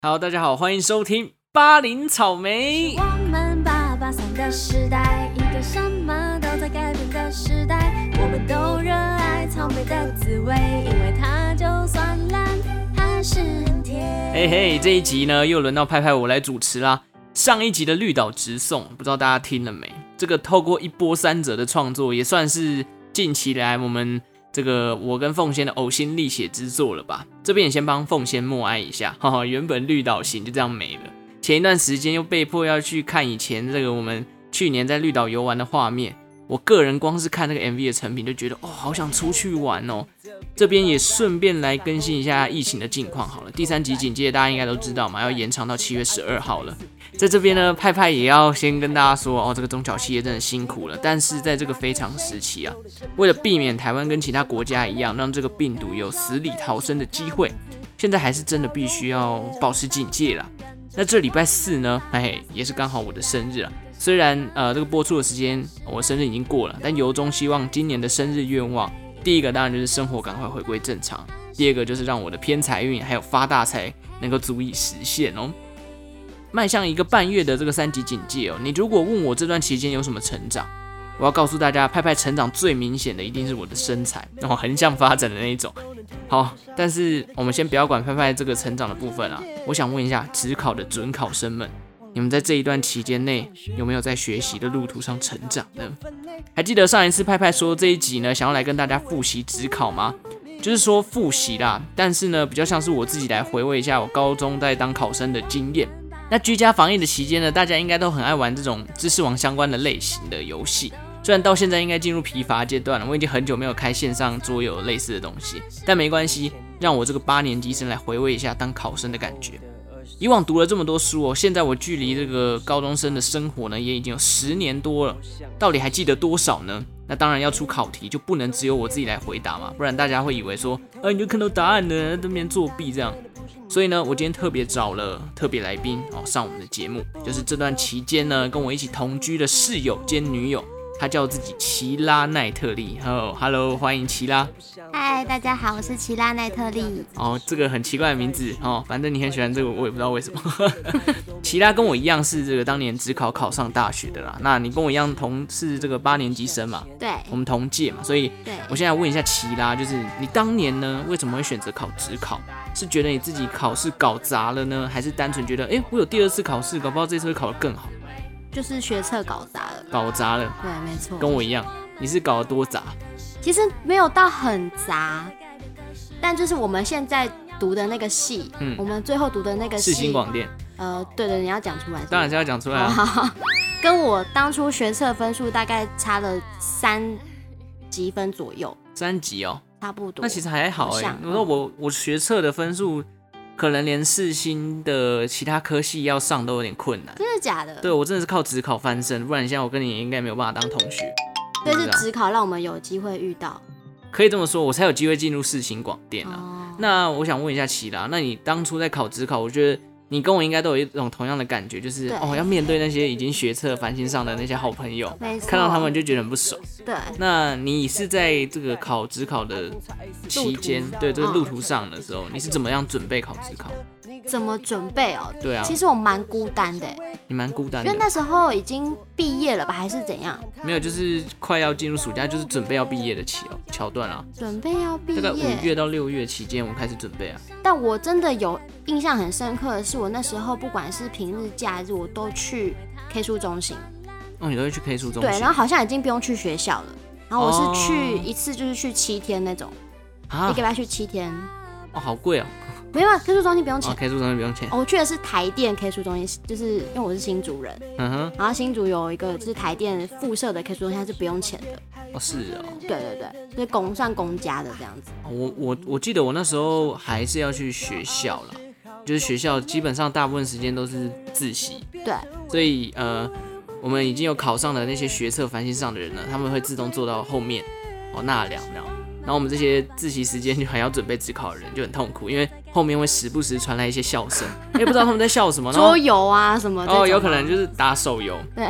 Hello，大家好，欢迎收听巴林草莓。我们八八三的时代，一个什么都在改变的时代。我们都热爱草莓的滋味，因为它就算烂，还是很甜。嘿嘿，这一集呢又轮到派派我来主持啦。上一集的绿岛直送，不知道大家听了没？这个透过一波三折的创作，也算是近期来我们这个我跟凤仙的呕心沥血之作了吧？这边也先帮凤仙默哀一下， 哈哈，原本绿岛行就这样没了。前一段时间又被迫要去看以前这个我们去年在绿岛游玩的画面，我个人光是看这个 MV 的成品就觉得哦，好想出去玩哦。这边也顺便来更新一下疫情的近况好了。第三级警戒大家应该都知道嘛，要延长到七月十二号了。在这边呢，派派也要先跟大家说哦，这个中小企业真的辛苦了。但是在这个非常时期啊，为了避免台湾跟其他国家一样，让这个病毒有死里逃生的机会，现在还是真的必须要保持警戒啦。那这礼拜四呢，哎，也是刚好我的生日啊。虽然呃这个播出的时间我生日已经过了，但由衷希望今年的生日愿望第一个当然就是生活赶快回归正常，第二个就是让我的偏财运还有发大财能够足以实现哦。迈向一个半月的这个三级警戒哦，你如果问我这段期间有什么成长，我要告诉大家，派派成长最明显的一定是我的身材，然后横向发展的那一种。好，但是我们先不要管派派这个成长的部分啊，我想问一下，职考的准考生们，你们在这一段期间内有没有在学习的路途上成长呢？还记得上一次派派说这一集呢，想要来跟大家复习职考吗？就是说复习啦，但是呢，比较像是我自己来回味一下我高中在当考生的经验。那居家防疫的期间呢，大家应该都很爱玩这种知识王相关的类型的游戏。虽然到现在应该进入疲乏阶段了，我已经很久没有开线上桌游类似的东西，但没关系，让我这个八年级生来回味一下当考生的感觉。以往读了这么多书哦，现在我距离这个高中生的生活呢，也已经有十年多了，到底还记得多少呢？那当然要出考题，就不能只有我自己来回答嘛，不然大家会以为说，呃，你就看到答案了，在那边作弊这样。所以呢，我今天特别找了特别来宾哦，上我们的节目，就是这段期间呢，跟我一起同居的室友兼女友，她叫自己奇拉奈特利。哦，Hello，欢迎奇拉。嗨，哎大家好，我是奇拉奈特利。哦，这个很奇怪的名字哦，反正你很喜欢这个，我也不知道为什么。 奇拉跟我一样是这个当年只考考上大学的啦，那你跟我一样同是这个八年级生嘛，对我们同届嘛，所以对，我现在问一下奇拉，就是你当年呢为什么会选择考职考？是觉得你自己考试搞砸了呢，还是单纯觉得，哎、我有第二次考试，搞不好这次会考得更好？就是学测搞砸了。搞砸了，对，没错。跟我一样，你是搞得多砸？其实没有到很杂，但就是我们现在读的那个系，嗯我们最后读的那个世新系，广电，呃，对对，你要讲出来是不是。当然是要讲出来啊。好，跟我当初学测分数大概差了三几分左右，三级哦，差不多。那其实还好哎、好像嗯我说我我学测的分数，可能连世新的其他科系要上都有点困难。真的假的？对，我真的是靠职考翻身，不然现在我跟你应该没有办法当同学。所以不知是道职考让我们有机会遇到。可以这么说，我才有机会进入世新广电啊。哦，那我想问一下齐拉，那你当初在考职考，我觉得你跟我应该都有一种同样的感觉，就是对哦要面对那些已经学测繁星上的那些好朋友，没错。看到他们就觉得很不爽。对，那你是在这个考职考的期间，对这个路途上的时候，你是怎么样准备考职考？怎么准备哦？对啊其实我蛮孤单的，欸你蛮孤单因为那的，时候已经毕业了吧，还是怎样？没有，就是快要进入暑假，就是准备要毕业的期哦桥段啊，准备要毕大概五业，月到六月期间，我开始准备啊。但我真的有印象很深刻的是，我那时候不管是平日、假日，我都去 K 书中心。哦，你都会去 K 书中对，心然后好像已经不用去学校了。然后我哦是去一次就是去七天那种，一啊个？礼拜去七天，哦，好贵哦。没有啊 K 书中心不用钱哦。，K 书中心不用钱。哦我去的是台电 K 书中心，就是因为我是新竹人，嗯哼，然后新竹有一个就是台电附设的 K 书中心它是不用钱的，哦是哦。对对对，就是公算公家的这样子。我我我记得我那时候还是要去学校啦，就是学校基本上大部分时间都是自习，对，所以呃，我们已经有考上的那些学测、繁星上的人呢，他们会自动坐到后面哦纳凉这样。然后我们这些自习时间就还要准备职考的人就很痛苦，因为后面会时不时传来一些笑 声，也不知道他们在笑什么。然后桌游啊什么这种哦，有可能就是打手游，对，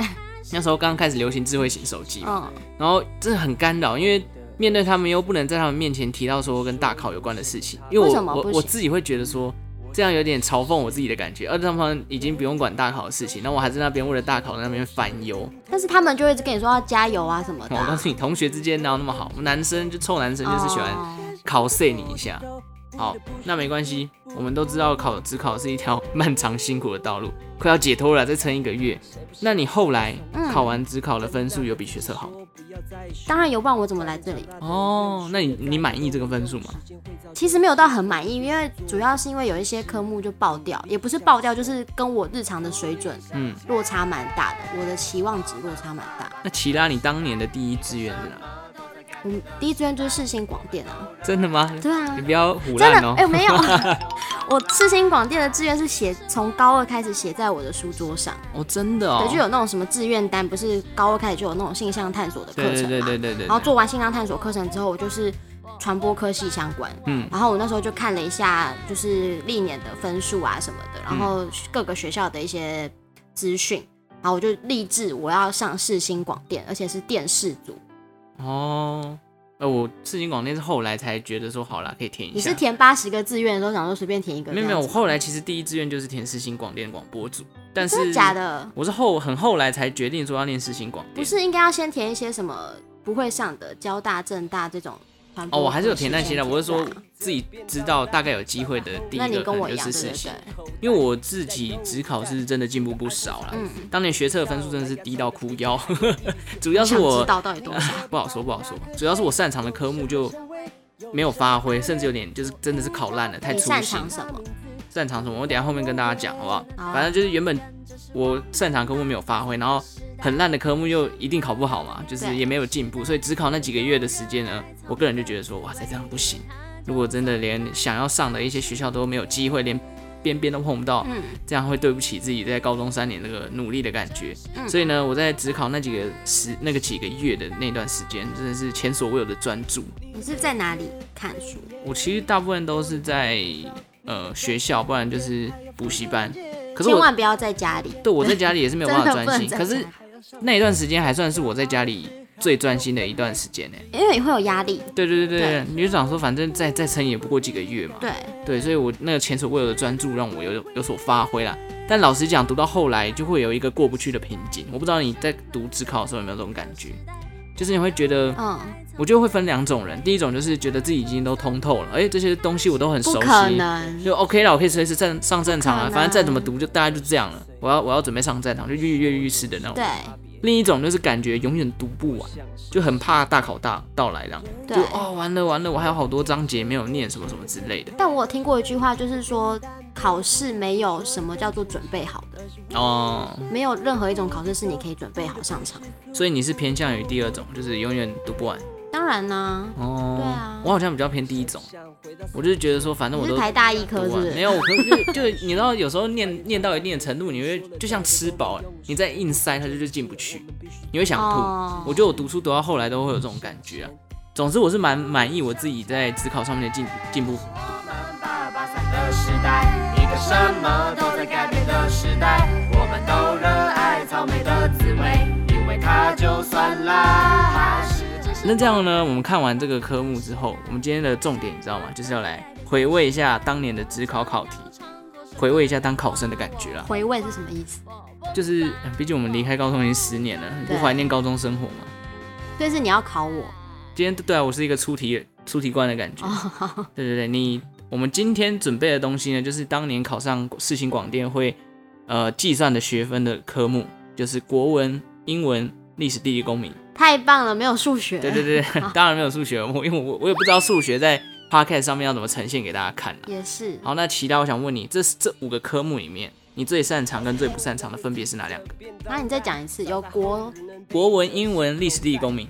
那时候刚开始流行智慧型手机嘛，嗯，然后真的很干扰，因为面对他们又不能在他们面前提到说跟大考有关的事情，因为为我什么我不行我自己会觉得说，这样有点嘲讽我自己的感觉。而他们已经不用管大考的事情，那我还在那边为了大考在那边烦 忧。哦但是他们就会一直跟你说要加油啊什么的我告啊、诉你，同学之间哪有那么好？男生就臭男生就是喜欢哦考碎你一下。好，那没关系，我们都知道考职考是一条漫长辛苦的道路，快要解脱了，再撑一个月。那你后来嗯考完职考的分数有比学测好？当然有，不然我怎么来这里？哦，那你你满意这个分数吗？其实没有到很满意，因为主要是因为有一些科目就爆掉，也不是爆掉，就是跟我日常的水准嗯，落差蛮大的，我的期望值落差蛮大。那齐拉，你当年的第一志愿是哪？嗯，第一志愿就是世新广电啊，真的吗？对啊你，不要胡真乱的，哦哎、。没 有，我世新广电的志愿是写从高二开始写在我的书桌上，哦，真的哦对，。就有那种什么志愿单，不是高二开始就有那种性向探索的课程对嘛，对对对对对。然后做完性向探索课程之后，我就是传播科系相关。嗯然后我那时候就看了一下，就是历年的分数啊什么嗯的，然后各个学校的一些资讯，然后我就立志我要上世新广电，而且是电视组。哦，呃，我世新广电是后来才觉得说好啦，可以填一你是下。填八十个志愿的时候，想说随便填一个这没样有没子？有，我后来其实第一志愿就是填世新广电广播组，但是真的假？的？我是后很后来才决定说要念世新广不电。是应该要先填一些什么不会上的交大、政大这种传播哦，科系这样子？我还是有填那些的，我是说对啊自己知道大概有机会的第一那你个可跟我能一就样，是世对对新对，，因为我自己只考是真的进步不少啦。嗯，当年学测的分数真的是低到哭腰， 主要我是想我知道到底多少。 不好说不好说，主要是我擅长的科目就没有发挥，甚至有点就是真的是考烂了，太你粗擅心长。什么？擅长什么？我等一下后面跟大家讲好不好？好反正就是原本我擅长科目没有发挥，然后很烂的科目又一定考不好嘛，就是对也没有进步，所以只考那几个月的时间呢，我个人就觉得说，哇塞，这样不行。如果真的连想要上的一些学校都没有机会，连边边都碰不到，嗯这样会对不起自己在高中三年那个努力的感觉。嗯所以呢，我在只考那几个时那个几个月的那段时间，真的是前所未有的专注。你是在哪里看书？我其实大部分都是在呃学校，不然就是补习班。可是千我万不要在家里。对我在家里也是没有办 真法的专不能心，在可是家那一段时间还算是我在家里最专心的一段时间呢、因为你会有压力。对对对对对，你就想说，反正再再撑也不过几个月嘛。对，对，所以我那个前所未有的专注让我有有所发挥啦。但老实讲，读到后来就会有一个过不去的瓶颈。我不知道你在读职考的时候有没有这种感觉，就是你会觉得，嗯，我觉得会分两种人。第一种就是觉得自己已经都通透了，哎、这些东西我都很不熟可悉，能。就 OK 了，我可以随时站上战场了。不可能啊反正再怎么读就大家就这样了。我要我要准备上战场，就跃跃欲试的那种对。另一种就是感觉永远读不完，就很怕大考大到来这样，对就哦完了完了，我还有好多章节没有念什么什么之类的。但我有听过一句话，就是说考试没有什么叫做准备好的，哦，没有任何一种考试是你可以准备好上场。所以你是偏向于第二种，就是永远读不完当然呢、哦。对啊我好像比较偏第一种，我就是觉得说，反正你我是都台大医科读是完不是？啊没有，我可就就你知道，有时候念念到一定的程度，你会就像吃饱，你再硬塞，它就就进不去，你会想吐。哦我觉得我读书读到后来都会有这种感觉啊。总之，我是蛮满意我自己在职考上面的进进步。八八三的时代，一个什么都在改变的时代，我们都热爱草莓的滋味，因为它就算辣，还是那这样呢，我们看完这个科目之后，我们今天的重点你知道吗？就是要来回味一下当年的职考考题，回味一下当考生的感觉啦。回味是什么意思？就是，呃毕竟我们离开高中已经十年了，你不对怀念高中生活吗？就是你要考我今天对啊，我是一个出题出题官的感觉。哦，对对对，你我们今天准备的东西呢，就是当年考上世新广电会呃计算的学分的科目，就是国文、英文、历史、地理、公民。太棒了，没有数学。对对对，当然没有数学，我因为我我也不知道数学在 podcast 上面要怎么呈现给大家看啦。也是。好，那其他我想问你，这这五个科目里面，你最擅长跟最不擅长的分别是哪两个？那你再讲一次，有国国文、英文、历史、地理、公民。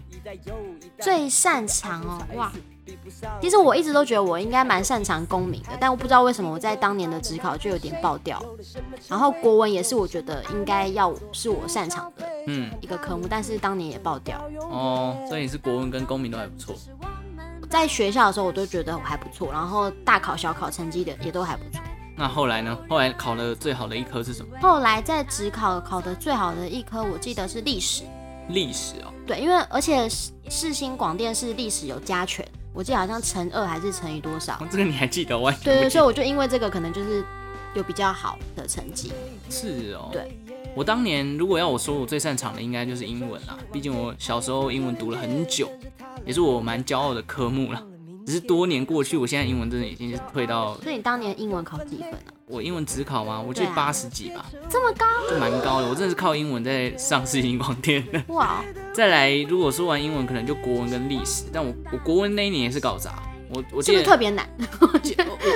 最擅长哦，哇！其实我一直都觉得我应该蛮擅长公民的，但我不知道为什么我在当年的职考就有点爆掉。然后国文也是我觉得应该要是我擅长的嗯，一个科目，但是当年也爆掉。哦，所以你是国文跟公民都还不错。在学校的时候我都觉得我还不错，然后大考小考成绩的也都还不错。那后来呢？后来考的最好的一科是什么？后来在职考考的最好的一科，我记得是历史，历史哦。 对，因为而且世世新广电是历史有加权，我记得好像乘二还是乘以多少哦，这个你还记得？我还记对不对，记所以我就因为这个，可能就是有比较好的成绩。是哦，对，我当年如果要我说我最擅长的，应该就是英文啦。毕竟我小时候英文读了很久，也是我蛮骄傲的科目啦。只是多年过去，我现在英文真的已经是退到所以你当年英文考几分啊？我英文只考吗？我记对得啊八十几吧，这么高？就蛮高的。我真的是靠英文在上世纪光天 的。哇，哦再来，如果说完英文，可能就国文跟历史。但我我国文那一年也是搞砸，我我是记不得是特别难？我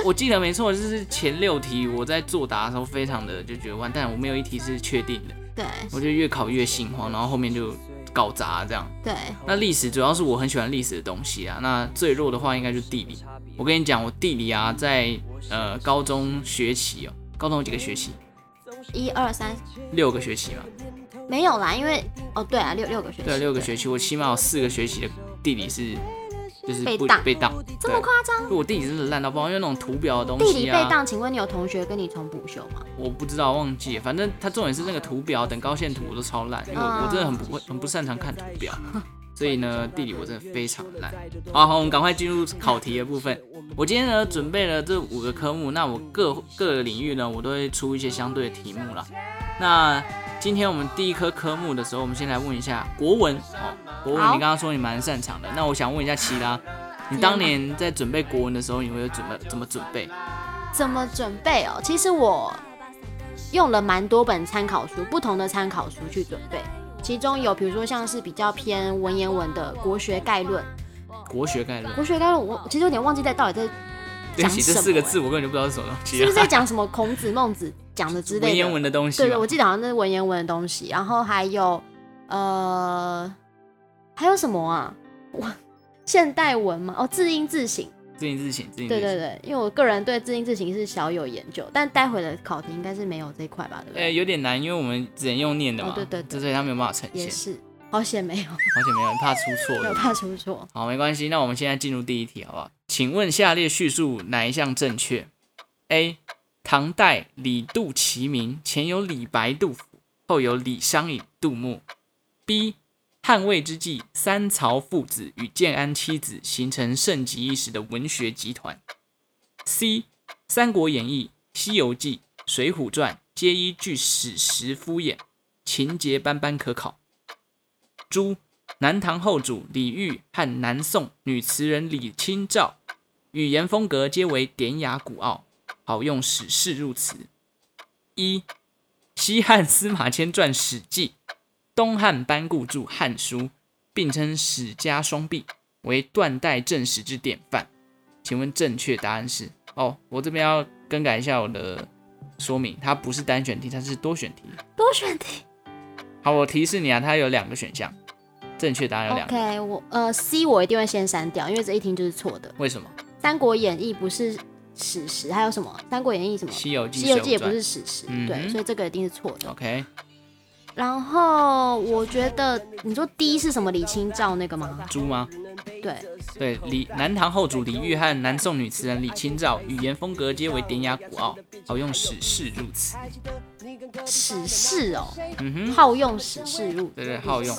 我记得没错，就是前六题我在作答的时候，非常的就觉得完蛋，我没有一题是确定的，对我就越考越心慌，然后后面就搞砸这样。对，那历史主要是我很喜欢历史的东西啊，那最弱的话应该就是地理。我跟你讲，我地理啊，在呃高中学期哦，高中有几个学期？一二三，六个学期嘛，没有啦，因为哦对啊，六六个学期，对，六个学期，我起码有四个学期的地理是就是被不当被当，这么对夸张？我地理真的烂到爆，因为那种图表的东地理西被啊，当，请问你有同学跟你重补修吗？我不知道忘记了，反正它重点是那个图表等高线图我都超烂，因为我嗯我真的很不会很不擅长看图表， 所以呢地理我真的非常烂。好好，我们赶快进入考题的部分。我今天呢准备了这五个科目，那我各各个领域呢我都会出一些相对的题目啦。那今天我们第一科科目的时候，我们先来问一下国文哦，国文好你刚刚说你蛮擅长的，那我想问一下齐拉，你当年在准备国文的时候，你会有准备怎么准备？怎么准备哦？其实我用了蛮多本参考书，不同的参考书去准备，其中有比如说像是比较偏文言文的《国学概论》，国学概论。《国学概论》我其实有点忘记在到底在对讲不起，哎这什么欸四个字我根本就不知道是什么东西是啊不是在讲什么孔子、孟子讲的之类的文言文啊的东西吧。对对，我记得好像那是文言文的东西，然后还有呃，还有什么啊？我现代文嘛，哦，字音字形，自行自省，自行对自对省。对，因为我个人对字音字形是小有研究，但待会的考题应该是没有这一块吧，对不呃，对？有点难，因为我们只能用念的嘛，哦对对对所以他没有办法呈现也，是，好险没有，而且没有人怕出错没的。有怕出错。好，没关系，那我们现在进入第一题，好不好？请问下列叙述哪一项正确？A. 唐代李杜齐名，前有李白、杜甫，后有李商隐、杜牧。B. 汉魏之际，三曹父子与建安妻子形成盛极一时的文学集团。C.《三国演义》《西游记》《水浒传》皆依据史实敷衍，情节斑斑可考。朱南唐后主李煜和南宋女词人李清照，语言风格皆为典雅古傲，好用史事入词。一西汉司马迁撰《史记》，东汉班固著《汉书》，并称史家双璧，为断代正史之典范。请问正确答案是？哦，我这边要更改一下我的说明，它不是单选题，它是多选题。多选题好，我提示你啊，它有两个选项，正确答案有两个。 ，OK，我呃 C 我一定会先删掉，因为这一听就是错的。为什么？ 《三国演义》不是史实，还有什么《三国演义》什么《 《西游记》西游记》也水不浒是史实，嗯哼对，所以这个一定是错的。传 OK，然后我觉得你说第一是什么？李清照那个吗？猪吗？对，对，李南唐后主李煜和南宋女词人李清照，语言风格皆为典雅古傲，好用史事入词。史事哦，嗯哼，好用史事入。对对，好用，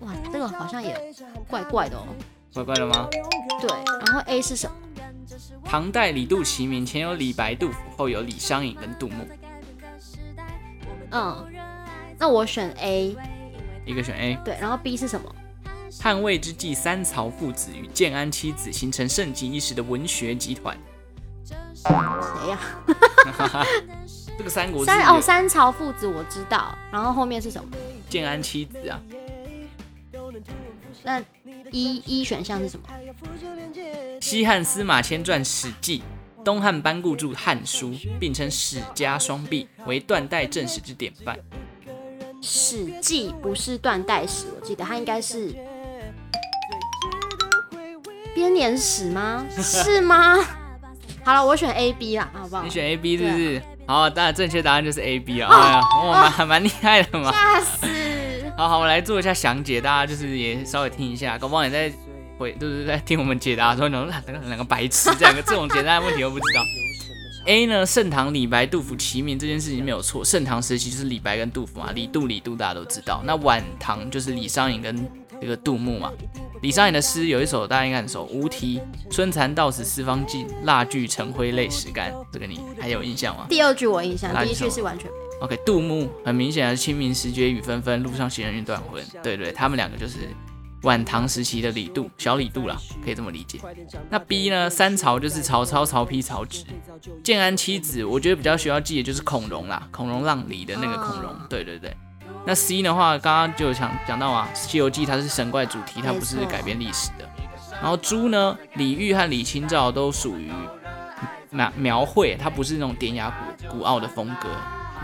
哇，这个好像也怪怪的哦。乖乖了吗？对，然后 A 是什么？唐代李杜齐名，前有李白、杜甫，后有李商隐跟杜牧，嗯，那我选 A。一个选 A。对，然后 B 是什么？汉魏之际，三曹父子与建安妻子形成盛极一时的文学集团。谁呀、这个三国志三哦，有三朝父子我知道。然后后面是什么？建安妻子啊，那一一选项是什么？西汉司马迁撰《史记》，东汉班固著《汉书》，并称史家双璧，为断代正史之典范。 《史记》不是断代史，我记得它应该是编年 史吗？是吗？好了，我选 A B 啦，好不好你？选 A B 是不是？啊好，当然正确答案就是 A B 啊！哎呀，哇，蛮蛮厉害的嘛。哦吓死！好好，我来做一下详解，大家就是也稍微听一下，搞不好你在回就是在听我们解答的时候，你想说啊两个两个白痴，这两个这种简单的问题都不知道。A 呢，盛唐李白、杜甫齐名这件事情没有错，盛唐时期就是李白跟杜甫嘛，李杜李杜大家都知道。那晚唐就是李商隐跟这个杜牧嘛。李商隐的诗有一首大家应该很熟，《无题》：“春蚕到死丝方尽，蜡炬成灰泪始干。”这个你还有印象吗第二句我印象，那第你一句什是么完全没有。 ？OK，杜牧很明显的“清明时节雨纷纷，路上行人欲断魂”，对对，他们两个就是晚唐时期的李杜，小李杜啦，可以这么理解。那 B 呢？三曹就是曹操、曹丕、曹植。建安七子，我觉得比较需要记的就是孔融啦，孔融让梨的那个孔融啊，对对对。那 C 的话，刚刚就有讲讲到啊，《西游记》它是神怪主题，它没不是错改编历史的。然后猪呢，李煜和李清照都属于描描绘，它不是那种典雅古古傲的风格，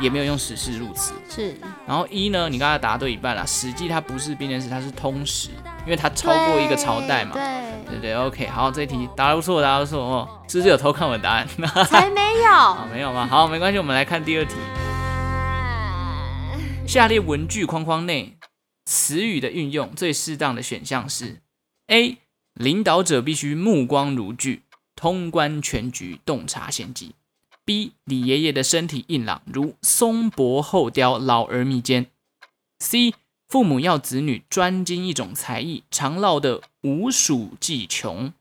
也没有用史事入词。是然后一呢，你刚才答对一半啦，《史记》它不是编年史，它是通史，因为它超过一个朝代嘛。 对，对对，OK，好，这一题答得不错，答得不错哦，是不是有偷看我的答案？才没啊有，没有吗？好，没关系，我们来看第二题。下列文句框框内词语的运用最适当的选项是：A. 领导者必须目光如炬，通观全局，洞察先机；B. 李爷爷的身体硬朗，如松柏厚雕，老而弥坚；C. 父母要子女专精一种才艺，常闹的无鼠技穷。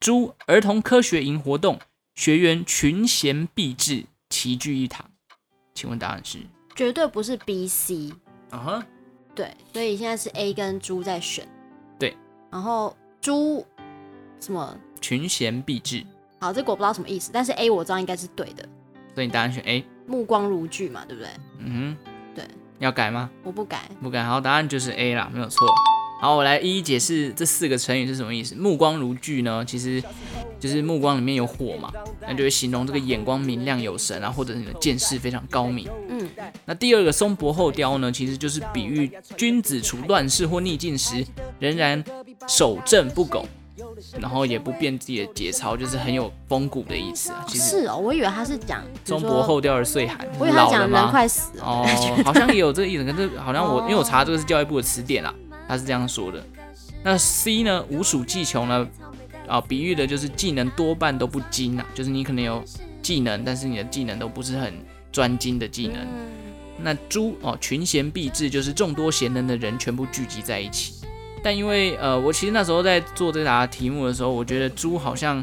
猪儿童科学营活动，学员群贤毕至，齐聚一堂。请问答案是？绝对不是 B、C。啊哈，对，所以现在是 A 跟猪在选。对，然后猪什么？群贤毕至，好，这个我不知道什么意思，但是 A 我知道应该是对的，所以你答案选 A。目光如炬嘛，对不对？嗯哼，对，要改吗？我不改，不改，好，答案就是 A 啦，没有错。好，我来一一解释这四个成语是什么意思。目光如炬呢，其实就是目光里面有火嘛，那就会形容这个眼光明亮有神啊，或者你的见识非常高明。嗯，那第二个松柏厚雕呢，其实就是比喻君子处乱世或逆境时，仍然守正不苟，然后也不变自己的节操，就是很有风骨的意思啊。其实是哦，我以为他是讲松柏，厚雕而岁寒，比如说我以为他老了讲人吗？快死了， 哦，好像也有这个意思，可是好像我因为我查这个是教育部的词典啦，他是这样说的。那 C 呢，无鼠技穷呢，啊，比喻的就是技能多半都不精啊，就是你可能有技能，但是你的技能都不是很专精的技能。那猪哦，群贤毕至，就是众多贤能的人全部聚集在一起。但因为呃，我其实那时候在做这答题目的时候，我觉得猪好像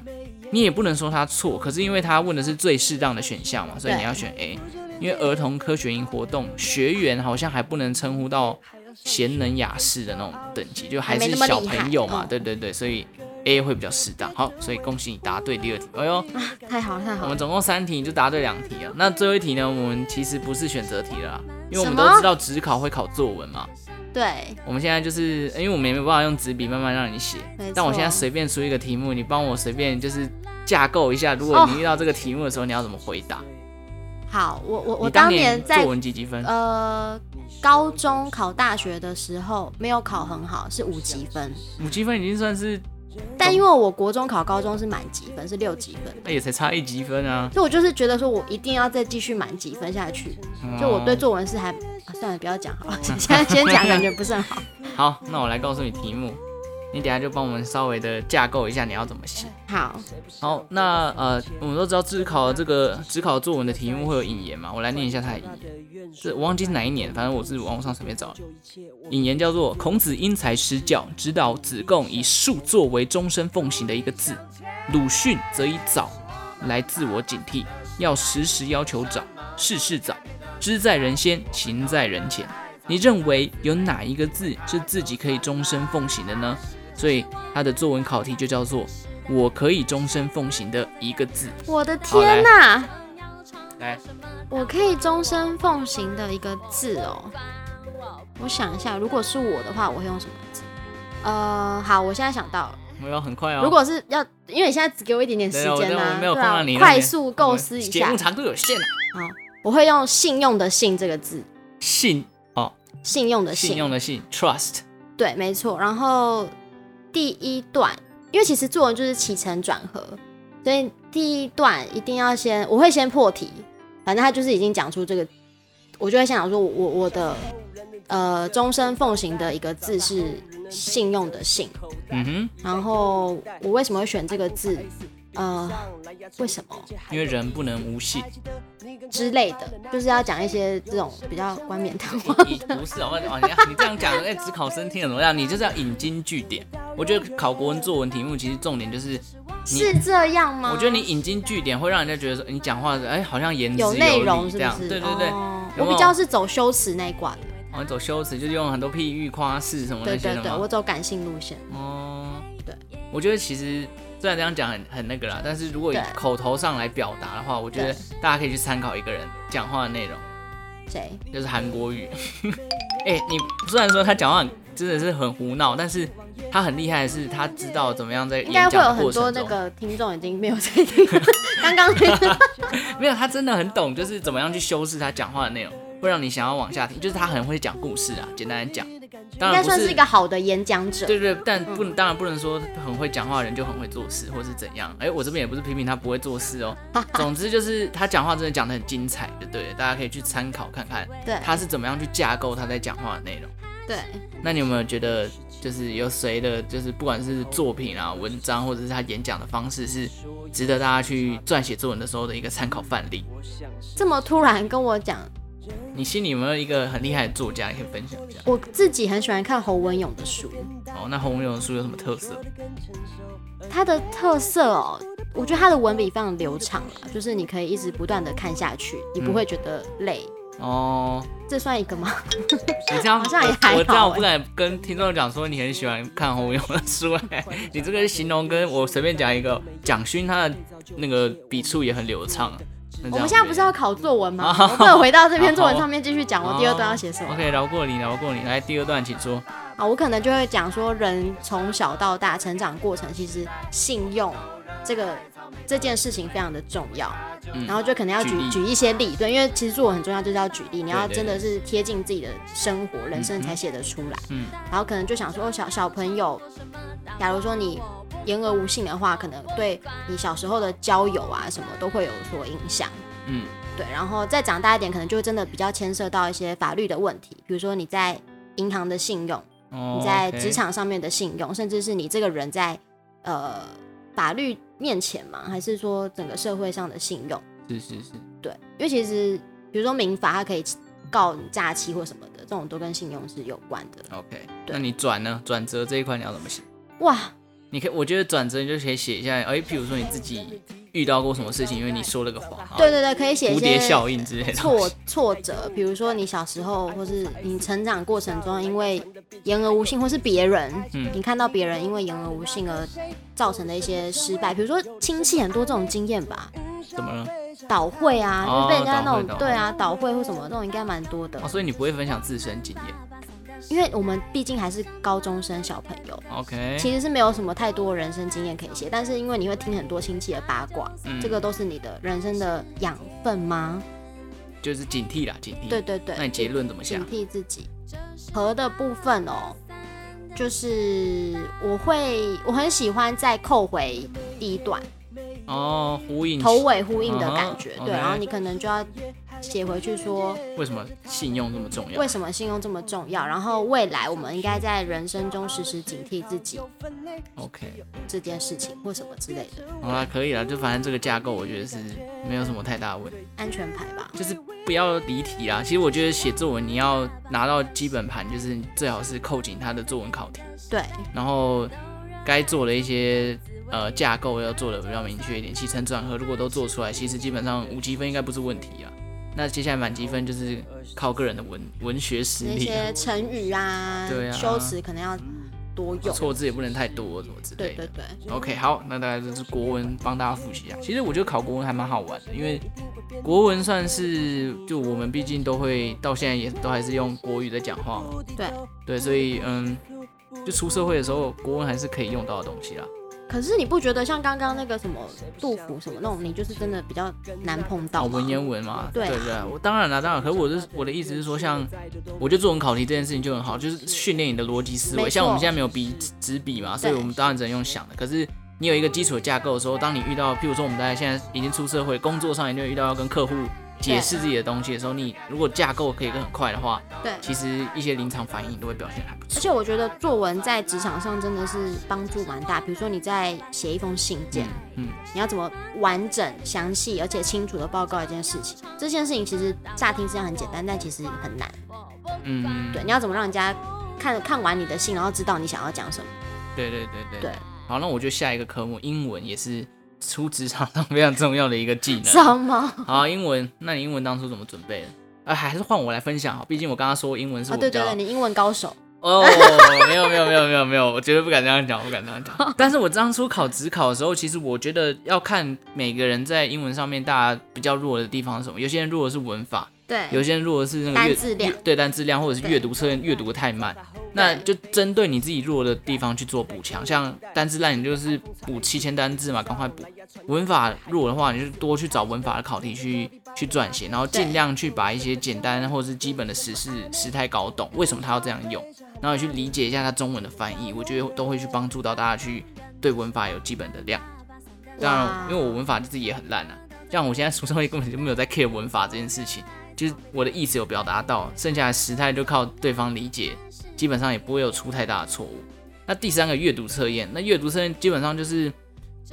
你也不能说它错，可是因为它问的是最适当的选项嘛，所以你对要选 A。因为儿童科学营活动学员好像还不能称呼到贤能雅士的那种等级，就还还是没那么小厉害朋友嘛，嗯对对对，所以 A 会比较适当。好，所以恭喜你答对第二题。哎呦，太好了太我好们了，总共三题，你就答对两题啊。那最后一题呢？我们其实不是选择题了啦，因为我们什都么知道职考会考作文嘛。对，我们现在就是，因为我们也没有办法用纸笔慢慢让你写没错，但我现在随便出一个题目，你帮我随便就是架构一下，如果哦你遇到这个题目的时候，你要怎么回答？好，我我我你当年年在作文几几分？呃高中考大学的时候没有考很好，是五级分，五积分已经算是，但因为我国中考高中是满级分，是六级分。那也才差一积分啊。所以我就是觉得说，我一定要再继续满几分下去。嗯就我对作文是还、啊算了，不要讲好了， 现在先讲感觉不是很好。好，那我来告诉你题目，你等一下就帮我们稍微的架构一下你要怎么写。好，好，那呃，我们都知道自考这个自考作文的题目会有引言嘛，我来念一下它的引言。这我忘记是哪一年，反正我是网络上随便找的。引言叫做“孔子因材施教，指导子贡以术作为终身奉行的一个字；鲁迅则以早来自我警惕，要时时要求早，事事早，知在人先，行在人前。”你认为有哪一个字是自己可以终身奉行的呢？所以他的作文考题就叫做“我可以终身奉行的一个字我的天哪、”。来，我可以终身奉行的一个字哦。我想一下，如果是我的话，我会用什么字？呃，好，我现在想到了。我要很快哦。如果是要，因为你现在只给我一点点时间对啊我啦、我没对有空啊让你，快速构思一节下目。长度有限啊。好，我会用信用的信这个字，信哦，信用的信用的信，trust。对，没错。然后第一段，因为其实作文就是起承转合，所以第一段一定要先，我会先破题，反正他就是已经讲出这个，我就会先讲说我我我的呃终身奉行的一个字是信用的信，嗯哼，然后我为什么会选这个字？呃，为什么因为人不能无 信。之类的，就是要讲一些这种比较冠冕堂皇。你不是哦，哦，你你这样讲，哎，只考生听得懂样？你就是要引经据典。我觉得考国文作文题目，其实重点就是你是啊这样吗？我觉得你引经据典会让人家觉得说你讲话哎好像言之有内容理这是不样，是？对对对。哦有没有我比较是走修辞那一挂的。我们走修辞就是用很多譬喻、夸饰什么那对些对的对，嘛。我走感性路线。哦，对，我觉得其实虽然这样讲很很那个啦，但是如果以对口头上来表达的话，我觉得大家可以去参考一个人讲话的内容，谁？就是韩国语。 哎、你虽然说他讲话很真的是很胡闹，但是他很厉害的是他知道怎么样在应该演会有讲的很过多程那中，个听众已经没有在听了，刚 刚那个没有他真的很懂，就是怎么样去修饰他讲话的内容，会让你想要往下听。就是他很会讲故事啊，简单来讲，当然应该不算是一个好的演讲者。对对，但不能，当然不能说很会讲话的人就很会做事，或是怎样。哎，我这边也不是批评他不会做事哦。 总之就是他讲话真的讲得很精彩，对不对？大家可以去参考看看，对他是怎么样去架构他在讲话的内容。对，那你有没有觉得，就是有谁的，就是不管是作品啊、文章，或者是他演讲的方式，是值得大家去撰写作文的时候的一个参考范例？这么突然跟我讲，你心里有没有一个很厉害的作家，你可以分享一下？我自己很喜欢看侯文勇的书，哦，那洪永的书有什么特色？他的特色哦，我觉得他的文笔非常流畅啊，就是你可以一直不断的看下去，你不会觉得累。哦，这算一个吗？你这样 好像也还好我我这样我欸不敢跟听众讲说你很喜欢看侯 勇的书、欸，你这个形容跟我随便讲一个蒋勋他的那个笔触也很流畅、啊。那这样我们现在不是要考作文吗？我们不能回到这篇作文上面继续讲我第二段要写什哦么。 ？OK，饶过你，饶过你。来第二段，请说。啊，我可能就会讲说，人从小到大成长过程，其实信用这个这件事情非常的重要。嗯然后就可能要举举例举一些例，对，因为其实作文很重要，就是要举例，你要对真的是贴近自己的生活、人生才写得出来。嗯然后可能就想说，哦小小朋友，假如说你言而无信的话，可能对你小时候的交友啊什么都会有所影响。嗯，对，然后再长大一点，可能就真的比较牵涉到一些法律的问题，比如说你在银行的信用，哦，你在 OK 职场上面的信用，甚至是你这个人在呃法律面前嘛，还是说整个社会上的信用？是是是，对，因为其实比如说民法，它可以告你诈欺或什么的，这种都跟信用是有关的。 OK。对那你转呢？转折这一块你要怎么写？哇，你可以，我觉得转折你就可以写一下，哎、譬如说你自己遇到过什么事情，因为你说了个谎，对对对，可以写一蝴蝶些效应之类的东西。挫挫折，比如说你小时候，或是你成长过程中，因为言而无信，或是别人，嗯你看到别人因为言而无信而造成的一些失败，比如说亲戚很多这种经验吧， 怎么了？倒会啊，哦就是被人家那倒会倒种会对啊倒会或什么那种应该蛮多的哦，，所以你不会分享自身经验因为我们毕竟还是高中生小朋友， ？OK。其实是没有什么太多人生经验可以写，但是因为你会听很多亲戚的八卦，嗯这个都是你的人生的养分吗？就是警惕啦，警惕。对对对，嗯那你结论怎么下警？惕自己。和的部分哦，就是我会我很喜欢再扣回第一段哦，呼应头尾呼应的感觉，嗯哼对， OK 然后你可能就要写回去说为什么信用这么重要为？什么信用这么重要，然后未来我们应该在人生中时时警惕自己 OK，这件事情或什么之类的，好啦，可以了，就反正这个架构我觉得是没有什么太大的问题，安全牌吧。就是不要离题啦。其实我觉得写作文你要拿到基本盘，就是你最好是扣紧它的作文考题，对，然后该做的一些呃架构要做的比较明确一点，起承转合如果都做出来，其实基本上五积分应该不是问题啊。那接下来满积分就是靠个人的文文学实那力、啊，些成语啊、对啊修辞可能要多用。错字也不能太多，什么之对类的对。对， OK，好，那大概就是国文帮大家复习一下。其实我觉得考国文还蛮好玩的，因为国文算是就我们毕竟都会到现在也都还是用国语在讲话嘛，对。对，所以嗯，就出社会的时候，国文还是可以用到的东西啦。可是你不觉得像刚刚那个什么杜甫什么那种，你就是真的比较难碰到哦，吗文言文嘛，对啊对对，我当然啦，当然，可是我是我的意思是说，像我觉得作文考题这件事情就很好，就是训练你的逻辑思维。没错像我们现在没有笔纸笔嘛，所以我们当然只能用想的。可是你有一个基础的架构的时候，当你遇到，譬如说我们大家现在已经出社会，工作上一定会遇到要跟客户解释自己的东西的时候，你如果架构可以更很快的话，对，其实一些临场反应你都会表现得还不而错。且我觉得作文在职场上真的是帮助蛮大。比如说你在写一封信件，嗯，你要怎么完整、详细而且清楚的报告一件事情？这件事情其实乍听之下很简单，但其实很难。嗯，对，你要怎么让人家看看完你的信，然后知道你想要讲什么？对对对对对，好，那我就下一个科目，英文也是出职场上非常重要的一个 技能。什么？好，英文，那你英文当初怎么准备的？啊，还是换我来分享好，毕竟我刚刚说英文是啊，我 对比对较对，你英文高手， 哦，没有没有没有没有没有，我绝对不敢这样讲，我不敢这样 讲。但是我当初考职考的时候，其实我觉得要看每个人在英文上面大家比较弱的地方是什么。有些人弱的是文法，对，有些人弱的是那个哎单阅字量阅对单字量，或者是对阅读测验阅读得太慢。那就针对你自己弱的地方去做补强，像单字量你就是补七千单字嘛，赶快补。文法弱的话，你就多去找文法的考题去去撰写，然后尽量去把一些简单或者是基本的时事时态搞懂，为什么他要这样用，然后你去理解一下他中文的翻译，我觉得都会去帮助到大家去对文法有基本的量。当然，因为我文法自己也很烂啊，像我现在书上面根本就没有在 care 文法这件事情，就是我的意思有表达到，剩下的时态就靠对方理解，基本上也不会有出太大的错误。那第三个阅读测验，那阅读测验基本上就是，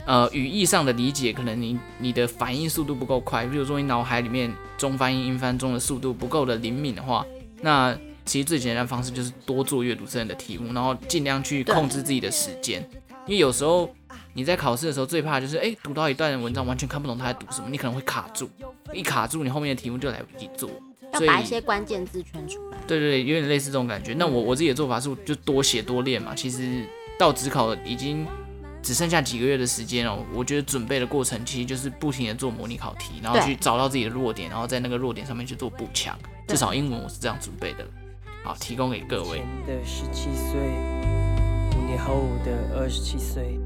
呃，语义上的理解，可能你你的反应速度不够快，比如说你脑海里面中翻英、英翻中的速度不够的灵敏的话，那其实最简单的方式就是多做阅读测验的题目，然后尽量去对控制自己的时间，因为有时候你在考试的时候最怕就是，哎，读到一段文章完全看不懂他在读什么，你可能会卡住，一卡住你后面的题目就来不及做，要所以把一些关键字圈出来。对对，对有点类似这种感觉。那我我自己的做法是，就多写多练嘛。其实到职考已经只剩下几个月的时间哦，我觉得准备的过程其实就是不停的做模拟考题，然后对去找到自己的弱点，然后在那个弱点上面去做补强。对至少英文我是这样准备的。好，提供给各位前。的十七岁，五年后的二十七岁，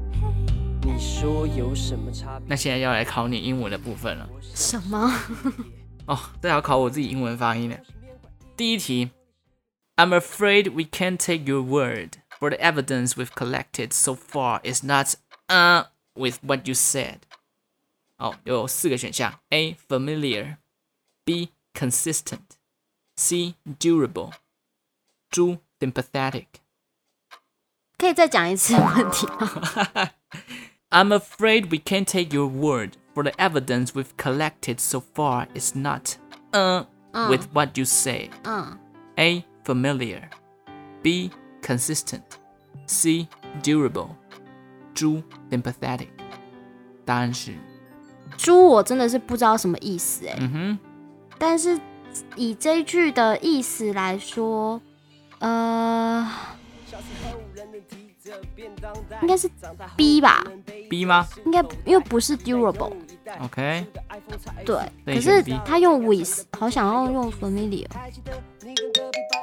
你说有什么差别？那现在要来考你英文的部分了。什么？哦，这还要考我自己英文发音呢。第一题，I'm afraid we can't take your word, for the evidence we've collected so far is not uh with what you said. 哦，有四个选项：A. familiar, B. consistent, C. durable, D. sympathetic. 可以再讲一 次问题吗？ I'm afraid we can't take your word, for the evidence we've collected so far is not uh with what you say. 嗯， A. Familiar. B. Consistent. C. Durable. D. Sympathetic. 答案是，猪我真的是不知道什么意思哎、嗯哼，但是以这一句的意思来说，呃，应该是 B 吧， B 吗应该不因为不是 durable， ？OK，对，那可你选是 B 他用 with，好想要用 familiar，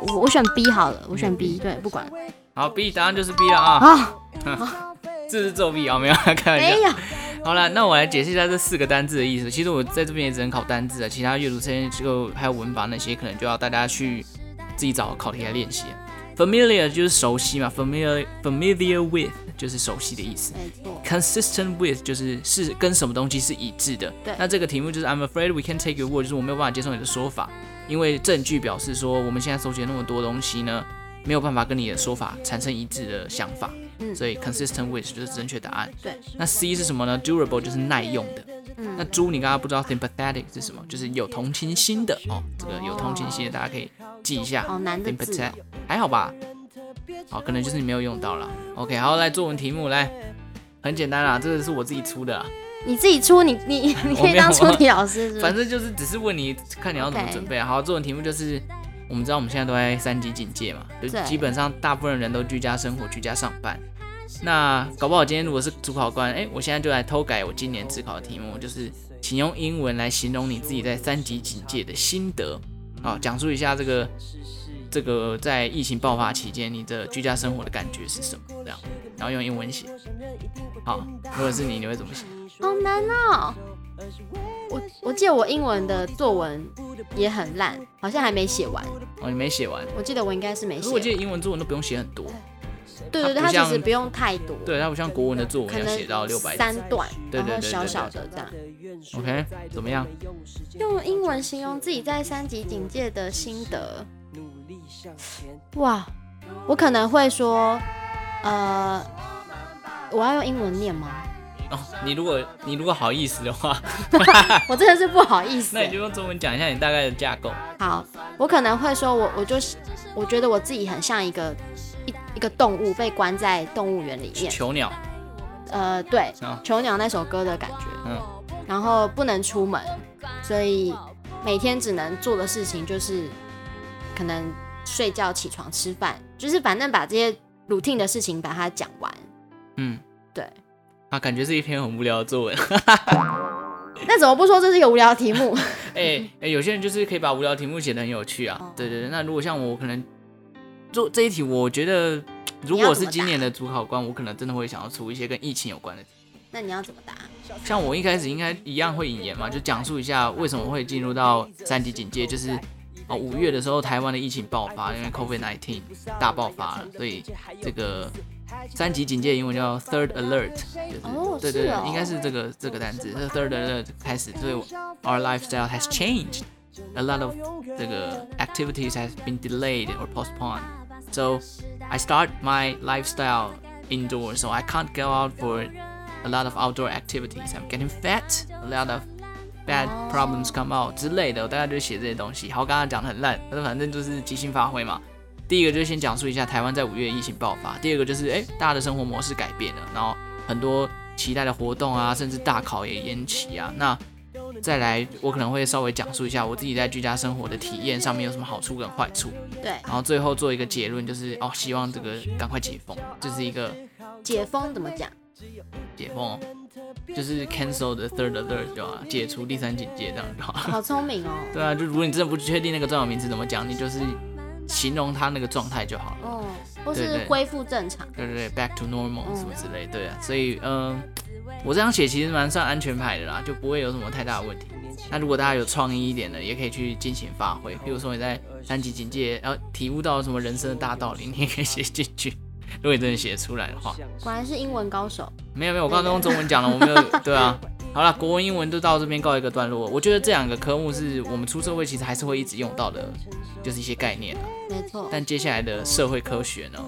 我我选 B 好了，我选 B，对，不管好，B 答案就是 B 了啊，啊，这是作弊啊，没有，开玩笑没。有， 好了，那我来解释一下这四个单字的意思。其实我在这边也只能考单字啊，其他阅读测验就还有文法那些，可能就要大家去自己找考题来练习。Familiar 就是熟悉嘛，familiar familiar with 就是熟悉的意思。没错， consistent with 就是是跟什么东西是一致的。对那这个题目就是 I'm afraid we can't take your word，就是我没有办法接受你的说法，因为证据表示说我们现在搜集了那么多东西呢，没有办法跟你的说法产生一致的想法。嗯所以 consistent with 就是正确答案。对，那 C 是什么呢？Durable 就是耐用的。嗯那猪，你刚刚不知道 sympathetic 是什么，就是有同情心的哦。这个有同情心的，大家可以记一下。好哦难的字 sympathetic 还好吧？好，可能就是你没有用到了。OK，好，来作文题目来，很简单啦，啊这个是我自己出的啊啦，你自己出，你 你你可以当出题老师是不是，反正就是只是问你看你要怎么准备啊。好，作文题目就是我们知道我们现在都在三级警戒嘛，就是对基本上大部分人都居家生活、居家上班。那搞不好今天如果是主考官，哎、我现在就来偷改我今年自考的题目，就是请用英文来形容你自己在三级警戒的心得，啊，讲述一下这个这个在疫情爆发期间你的居家生活的感觉是什么，这样，然后用英文写。好，如果是你，你会怎么写？好难哦。我我记得我英文的作文也很烂，好像还没写完。哦，你没写完。我记得我应该是没可写是我记完。得英文作文都不用写很多，对对对，它它不其像实不用太多，对，它不像国文的作文可要写到能六百字。三段，对对然对后对小对小的这样。 OK，怎么样？用英文形容自己在三级警戒的心得，哇，我可能会说，呃，我要用英文 念吗？哦，你如果你如果好意思的话，我真的是不好意思那欸、你就用中文讲一下你大概的架构。好，我可能会说我我就是我觉得我自己很像一个一一个动物被关在动物园里面，囚鸟，呃，对，哦《囚鸟》那首歌的感觉，嗯，然后不能出门，所以每天只能做的事情就是可能睡觉、起床、吃饭，就是反正把这些 routine 的事情把它讲完。嗯，对，啊，感觉是一篇很无聊的作文。那怎么不说这是一个无聊的题目？哎、 哎有些人就是可以把无聊题目写得很有趣啊哦。对对对，那如果像我可能做这一题，我觉得如果我是今年的主考官，我可能真的会想要出一些跟疫情有关的题。那你要怎么答？像我一开始应该一样会引言嘛，就讲述一下为什么会进入到三级警戒，就是哦五月的时候台湾的疫情爆发，因为 COVID 1 9大爆发了，所以这个三级警戒英文叫 Third Alert，就是、哦嗯对对是对哦，应该是这个这个单字，这 Third Alert 开始，所以我 Our lifestyle has changed. A lot of 这个 activities has been delayed or postponed. So I start my lifestyle indoors, so I can't go out for a lot of outdoor activities. I'm getting fat. A lot of bad problems come out 之类的，我大概就写这些东西。好，刚刚讲的很烂，但是反正就是即兴发挥嘛。第一个就是先讲述一下台湾在五月疫情爆发，第二个就是哎、大家的生活模式改变了，然后很多期待的活动啊，甚至大考也延期啊。那再来，我可能会稍微讲述一下我自己在居家生活的体验上面有什么好处跟坏处，对，然后最后做一个结论，就是哦，希望这个赶快解封，就是一个解封怎么讲？解封哦，就是 cancel the third alert 就好了，解除第三警戒这样就好了。好聪明哦。对啊，就如果你真的不确定那个专有名词怎么讲，你就是形容它那个状态就好了。哦，或对是对恢复正常。对对对，back to normal 什么之类，对啊，所以嗯，我这样写其实蛮算安全牌的啦，就不会有什么太大的问题。那如果大家有创意一点的，也可以去进行发挥，比如说你在三级警戒，然后体悟到什么人生的大道理，你也可以写进去。 如果你真的写得出来的话，果然是英文高手。没有没有，我刚刚用中文讲了，我没有对啊。好了，国文、英文都到这边告一个段落。我觉得这两个科目是我们出社会其实还是会一直用到的，就是一些概念啊。没错，但接下来的社会科学呢，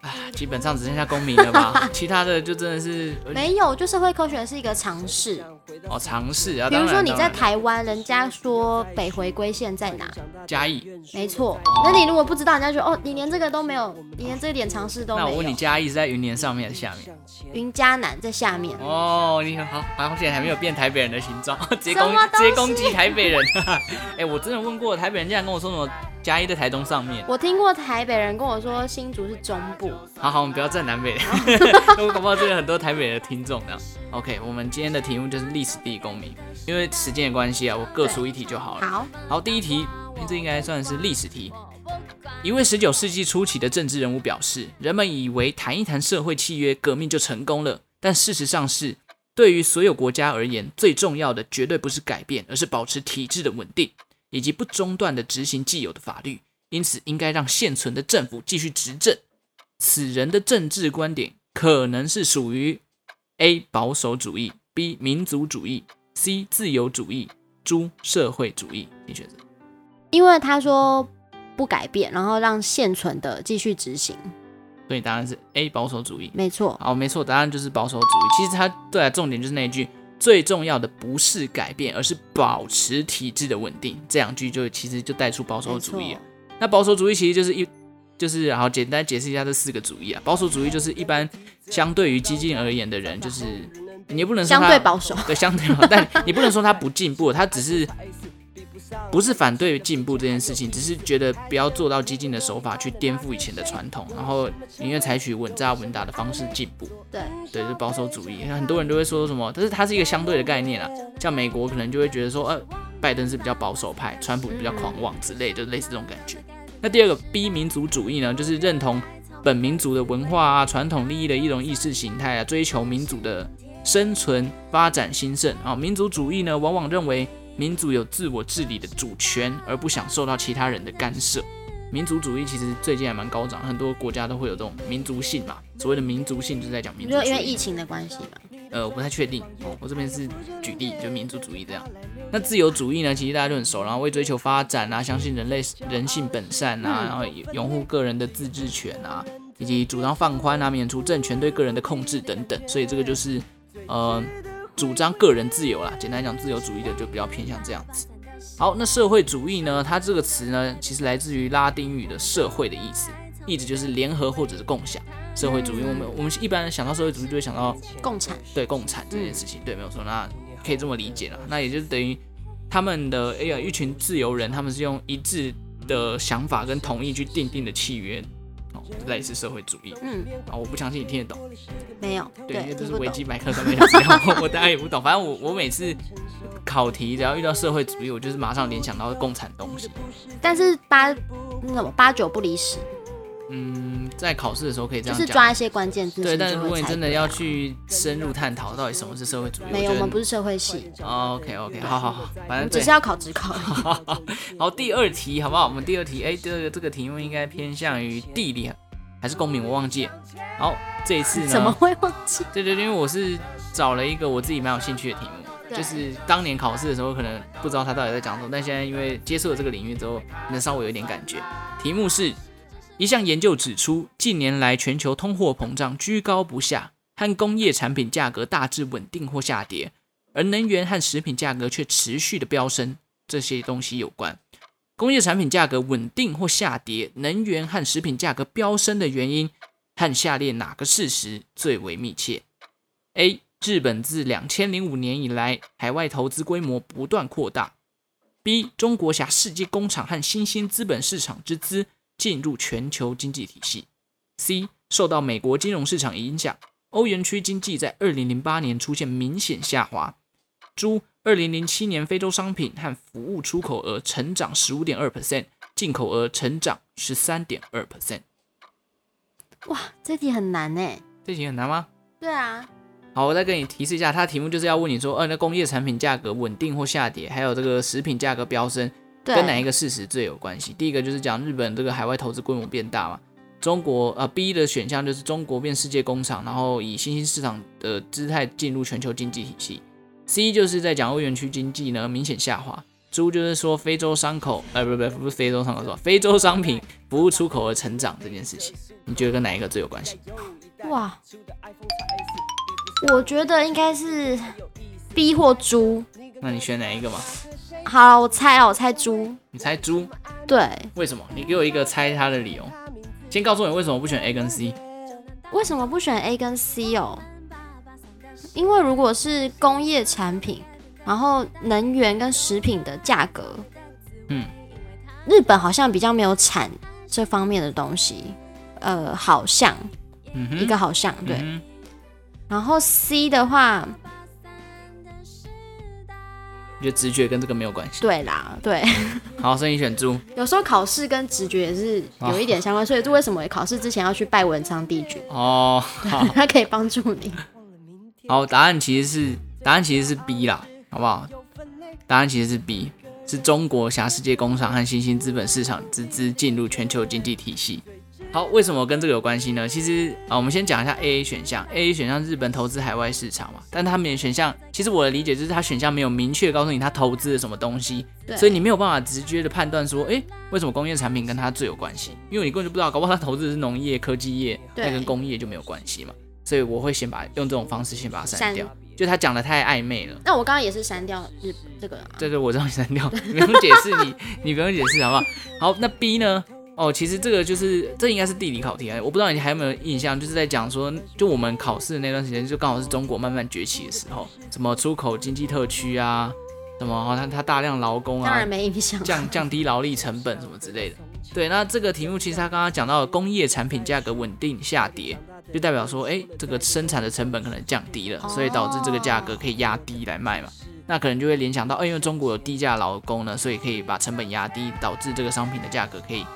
啊，基本上只剩下公民了吧？其他的就真的是没有，就社会科学是一个常识。哦尝试啊。比如当然说你当在然台湾，人家说北回归线在哪？嘉义，没错，那你如果不知道，人家就说哦，你连这个都没有，你连这点常识都那我没问你，有。嘉义是在云林上面还是下面？云嘉南在下面，哦，你好，好险还没有变台北人的形状， 直接攻什么直东西接攻击台北人。 哎、我真的问过台北人，竟然跟我说什么嘉义在台东上面。我听过台北人跟我说新竹是中部，好好，我们不要站南北了， 我搞不好真的很多台北的听众呢。OK，我们今天的题目就是历史地理公民，因为时间的关系啊，我各出一题就好了。好，好，第一题，诶这应该算是历史题。一位19世纪初期的政治人物表示，人们以为谈一谈社会契约，革命就成功了，但事实上是，对于所有国家而言，最重要的绝对不是改变，而是保持体制的稳定，以及不中断的执行既有的法律。因此，应该让现存的政府继续执政。此人的政治观点可能是属于 A 保守主义，B 民族主义，C 自由主义，猪社会主义，你选择。因为他说不改变，然后让现存的继续执行，所以答案是 A 保守主义。没错，好，没错，答案就是保守主义。其实它对啊，重点就是那一句，最重要的不是改变，而是保持体制的稳定。这两句就其实就带出保守没主错，义了。啊那保守主义其实就是一，就是好简单解释一下这四个主义啊。保守主义就是一般相对于激进而言的人，就是你也不能说相他哦对保守，对，相对好，但你不能说他不进步，他只是不是反对进步这件事情，只是觉得不要做到激进的手法去颠覆以前的传统，然后宁愿采取稳扎稳打的方式进步。对，对，就是保守主义。很多人都会说什么，但是它是一个相对的概念啊。像美国可能就会觉得说，呃，拜登是比较保守派，川普比较狂妄之类，就类似这种感觉。那第二个 B 民族主义呢，就是认同本民族的文化啊、传统利益的一种意识形态啊，追求民族的生存、发展、兴盛啊。民族主义呢，往往认为民族有自我治理的主权，而不想受到其他人的干涉。民族主义其实最近还蛮高涨，很多国家都会有这种民族性嘛。所谓的民族性就是在讲民你族就主因为义。疫情的关系嘛，呃，我不太确定，我这边是举例，就民族主义这样。那自由主义呢，其实大家就很熟，然后为追求发展啊，相信人类人性本善啊，然后也拥护个人的自治权啊，以及主张放宽啊，免除政权对个人的控制等等。所以这个就是呃，主张个人自由啦。简单讲，自由主义的就比较偏向这样子。好，那社会主义呢，它这个词呢，其实来自于拉丁语的“社会”的意思，意思就是联合或者是共享。社会主义，我们我们一般想到社会主义就会想到共产对共产这件事嗯情，对，没有错，那可以这么理解了。那也就是等于他们的哎呀，一群自由人，他们是用一致的想法跟同意去订定的契约，哦，类似社会主义。嗯啊、我不相信你听得懂，没有，对，因为对，这听是不维懂。基百科上面的资料， 我我当然也不懂。反正我我每次考题只要遇到社会主义，我就是马上联想到共产东西。但是八那什么八九不离十，嗯，在考试的时候可以这就样是讲。抓一些关键字。对，你就但是如会果你猜真的对要啊去深入探讨到底什么是社会主义，没我有，我觉们得不是社会系， OK OK，好哦好好，反正只对是要考职考而 已。好，第二题好不好？我们第二题，哎、这个这个题目应该偏向于地理还是公民，我忘记了。好，这一次呢，怎么会忘记？对对，对因为我是找了一个我自己蛮有兴趣的题目，对就是当年考试的时候可能不知道他到底在讲什么，但现在因为接触了这个领域之后，能稍微有一点感觉。题目是：一项研究指出，近年来全球通货膨胀居高不下，和工业产品价格大致稳定或下跌，而能源和食品价格却持续的飙升，这些东西有关。工业产品价格稳定或下跌，能源和食品价格飙升的原因和下列哪个事实最为密切？A. 日本自两千零五年以来，海外投资规模不断扩大。B. 中国辖世界工厂和新兴资本市场之资进入全球经济体系。C. 受到美国金融市场影响，欧元区经济在二零零八年出现明显下滑。猪二零零七年非洲商品和服务出口额成长十五点二 percent，进口额成长十三点二 percent。哇，这题很难哎。这题很难吗？对啊，好，我再跟你提示一下，它题目就是要问你说，呃，那工业产品价格稳定或下跌，还有这个食品价格飙升，对，跟哪一个事实最有关系？第一个就是讲日本这个海外投资规模变大嘛，中国呃 B 的选项就是中国变世界工厂，然后以新兴市场的姿态进入全球经济体系。C 就是在讲欧元区经济呢明显下滑。猪就是说非洲伤口，呃，不不不，不是非洲伤口，说非洲商品服务出口而成长这件事情，你觉得跟哪一个最有关系？哇，我觉得应该是 B 或猪。那你选哪一个嘛？好，我猜啊，我猜猪。你猜猪？对，为什么？你给我一个猜他的理由。先告诉你为什么不选 A 跟 C。为什么不选 A 跟 C 哦？因为如果是工业产品，然后能源跟食品的价格，嗯，日本好像比较没有产这方面的东西，呃，好像、嗯哼，一个好像对。嗯然后 C 的话，哼，你觉得直觉跟这个没有关系。对啦，对， 好，所以你选猪。有时候考试跟直觉也是有一点啊相关，所以这为什么考试之前要去拜文昌帝君，哦，好，它可以帮助你。好，答案其实是答案其实是 B 啦，好不好？答案其实是 B，是中国辖世界工厂和新兴资本市场之资进入全球经济体系。好，为什么跟这个有关系呢？其实啊，我们先讲一下 A A 选项。A A 选项日本投资海外市场嘛，但他们的选项，其实我的理解就是它选项没有明确告诉你它投资了什么东西，对，所以你没有办法直接的判断说，诶，为什么工业产品跟它最有关系？因为你根本就不知道，搞不好它投资的是农业、科技业，对那跟工业就没有关系嘛。所以我会先把用这种方式先把它删删嗯掉，就它讲的太暧昧了。那我刚刚也是删掉日这个啊，这个我让你删掉， 你不用解释你，你不用解释好不好？好，那 B 呢？哦，其实这个就是这应该是地理考题啊，我不知道你还有没有印象，就是在讲说，就我们考试的那段时间，就刚好是中国慢慢崛起的时候，什么出口经济特区啊，什么它它大量劳工啊，当然没影响。降降低劳力成本什么之类的。对，那这个题目其实他刚刚讲到了工业产品价格稳定下跌，就代表说，哎，这个生产的成本可能降低哦了，所以导致这个价格可以压低来卖嘛。那可能就会联想到，哎，因为中国有低价劳工呢，所以可以把成本压低，导致这个商品的价格可以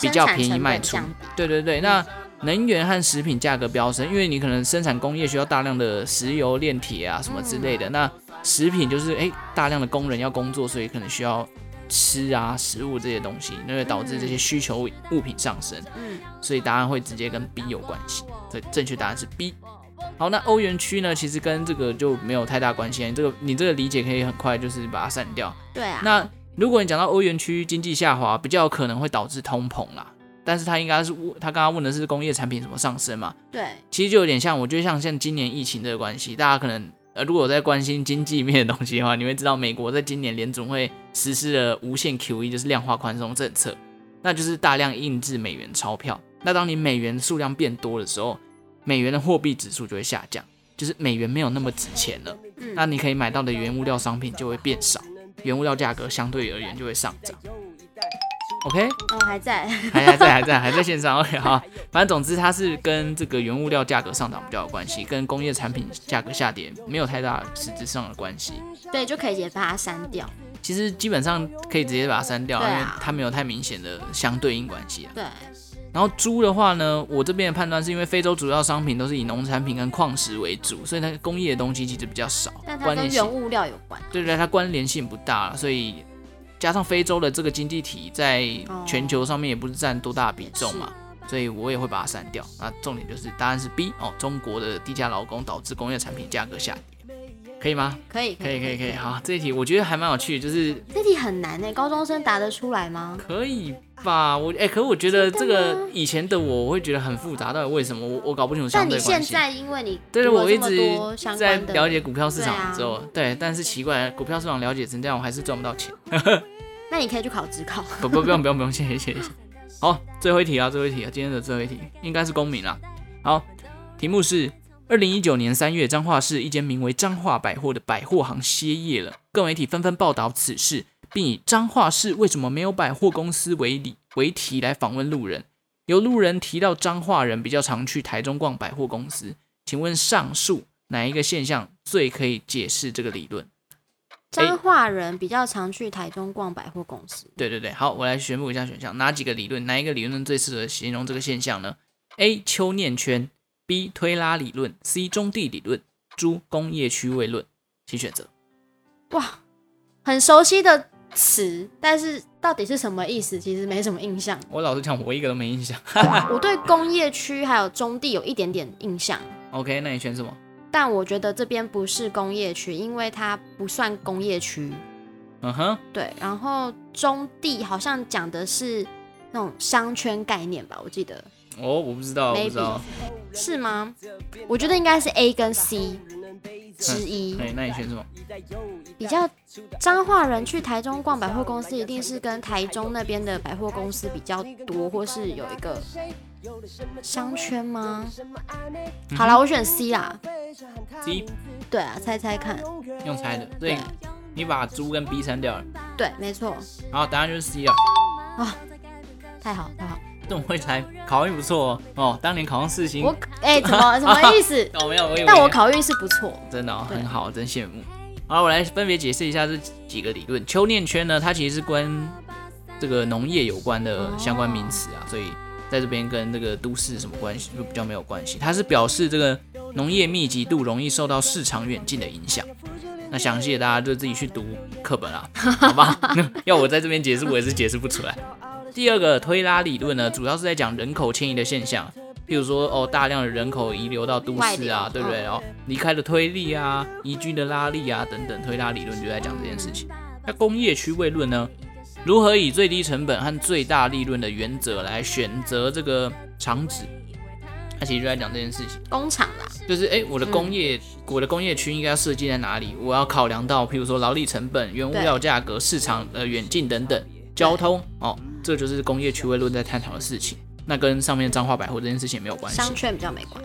比较便宜卖出生产成本降低。对对对，那能源和食品价格飙升，因为你可能生产工业需要大量的石油、炼铁啊什么之类的，那食品就是哎大量的工人要工作，所以可能需要吃啊、食物这些东西，那会导致这些需求物品上升。嗯，所以答案会直接跟 B 有关系。所以正确答案是 B。好，那欧元区呢，其实跟这个就没有太大关系。你这个你这个理解可以很快就是把它删掉。对啊，那如果你讲到欧元区经济下滑，比较有可能会导致通膨啦。但是它应该是问他刚刚问的是工业产品什么上升嘛？对，其实就有点像，我觉得像像今年疫情这个关系，大家可能呃，如果有在关心经济面的东西的话，你会知道美国在今年联总会实施了无限 QE，就是量化宽松政策，那就是大量印制美元钞票。那当你美元数量变多的时候，美元的货币指数就会下降，就是美元没有那么值钱了，嗯那你可以买到的原物料商品就会变少，原物料价格相对而言就会上涨。OK，哦还在， 还还在还在还在线上 OK 好，反正总之它是跟这个原物料价格上涨比较有关系，跟工业产品价格下跌没有太大实质上的关系。对，就可以直接把它删掉。其实基本上可以直接把它删掉，对啊因为它没有太明显的相对应关系啊。对，然后猪的话呢，我这边的判断是因为非洲主要商品都是以农产品跟矿石为主，所以它工业的东西其实比较少，但它关跟联原性物料有关。对对，它关联性不大，所以加上非洲的这个经济体在哦全球上面也不是占多大的比重嘛，所以我也会把它删掉。那重点就是答案是 B 哦，中国的低价劳工导致工业产品价格下跌，可以吗？可以，可以，可以，可以。以。好，这一题我觉得还蛮有趣的，就是这题很难欸呢，高中生答得出来吗？可以吧？我哎、可我觉得这个以前的我，我会觉得很复杂，到底为什么？我我搞不清楚相但对你关现系。在因为你对读了我一这么直多相在关的了解股票市对啊场之后，对，但是奇怪，股票市场了解成这样，我还是赚不到钱。那你可以去考职考。不不不用不用不用，谢谢谢谢。好，最后一题啊，最后一题啊，今天的最后一题应该是公民啦。好，题目是：二零一九年三月，彰化市一间名为彰化百货的百货行歇业了，各媒体纷纷报道此事，并以彰化市为什么没有百货公司为理为题来访问路人。有路人提到彰化人比较常去台中逛百货公司，请问上述哪一个现象最可以解释这个理论？彰化人比较常去台中逛百货公司，对对对，好，我来宣布一下选项，哪几个理论，哪一个理论最适合形容这个现象呢？A. 丘念圈，B. 推拉理论，C. 中地理论，D. 工业区位论，请选择。哇，很熟悉的词，但是到底是什么意思，其实没什么 印象。我老实讲，我一个都没印象。我对工业区还有中地有一点点印象， OK，那你选什么？但我觉得这边不是工业区，因为它不算工业区。嗯哼，对，然后中地好像讲的是那种商圈概念吧，我记得哦，我不知道，我不知道。是吗？我觉得应该是 A 跟 C 之一。嗯对，那你选什么？比较彰化人去台中逛百货公司，一定是跟台中那边的百货公司比较多，或是有一个商圈吗？嗯好啦，我选 C 啦。第一，对啊，猜猜看。用猜的，对，你把猪跟 B 删掉了，对，没错。然后答案就是 C 了。啊，太好太好。 这么会猜，考运不错哦。哦，当年考上四星，？我哎、怎么什么意思 哦没有，我以为但我考运是不错。真的、哦、对很好，真羡慕。好，我来分别解释一下这几个理论。秋念圈呢，它其实是跟这个农业有关的相关名词啊，所以在这边跟这个都市什么关系就比较没有关系。它是表示这个农业密集度容易受到市场远近的影响。那详细的大家就自己去读课本啊啦，好吧？ 要我在这边解释，我也是解释不出来。第二个推拉理论呢，主要是在讲人口迁移的现象，譬如说哦，大量的人口移流到都外市流啊，对不对？嗯哦，离开了推力啊，移居的拉力啊等等，推拉理论就在讲这件事情。那工业区位论呢，如何以最低成本和最大利润的原则来选择这个厂址？它其实就在讲这件事情。工厂啦，就是哎、诶我的工业，我的工业区应该要设计在哪里？我要考量到，譬如说劳力成本、原物料价格、市场呃远近等等，交通哦，这就是工业区位论在探讨的事情。那跟上面彰化百货这件事情没有关系。商圈比较没关。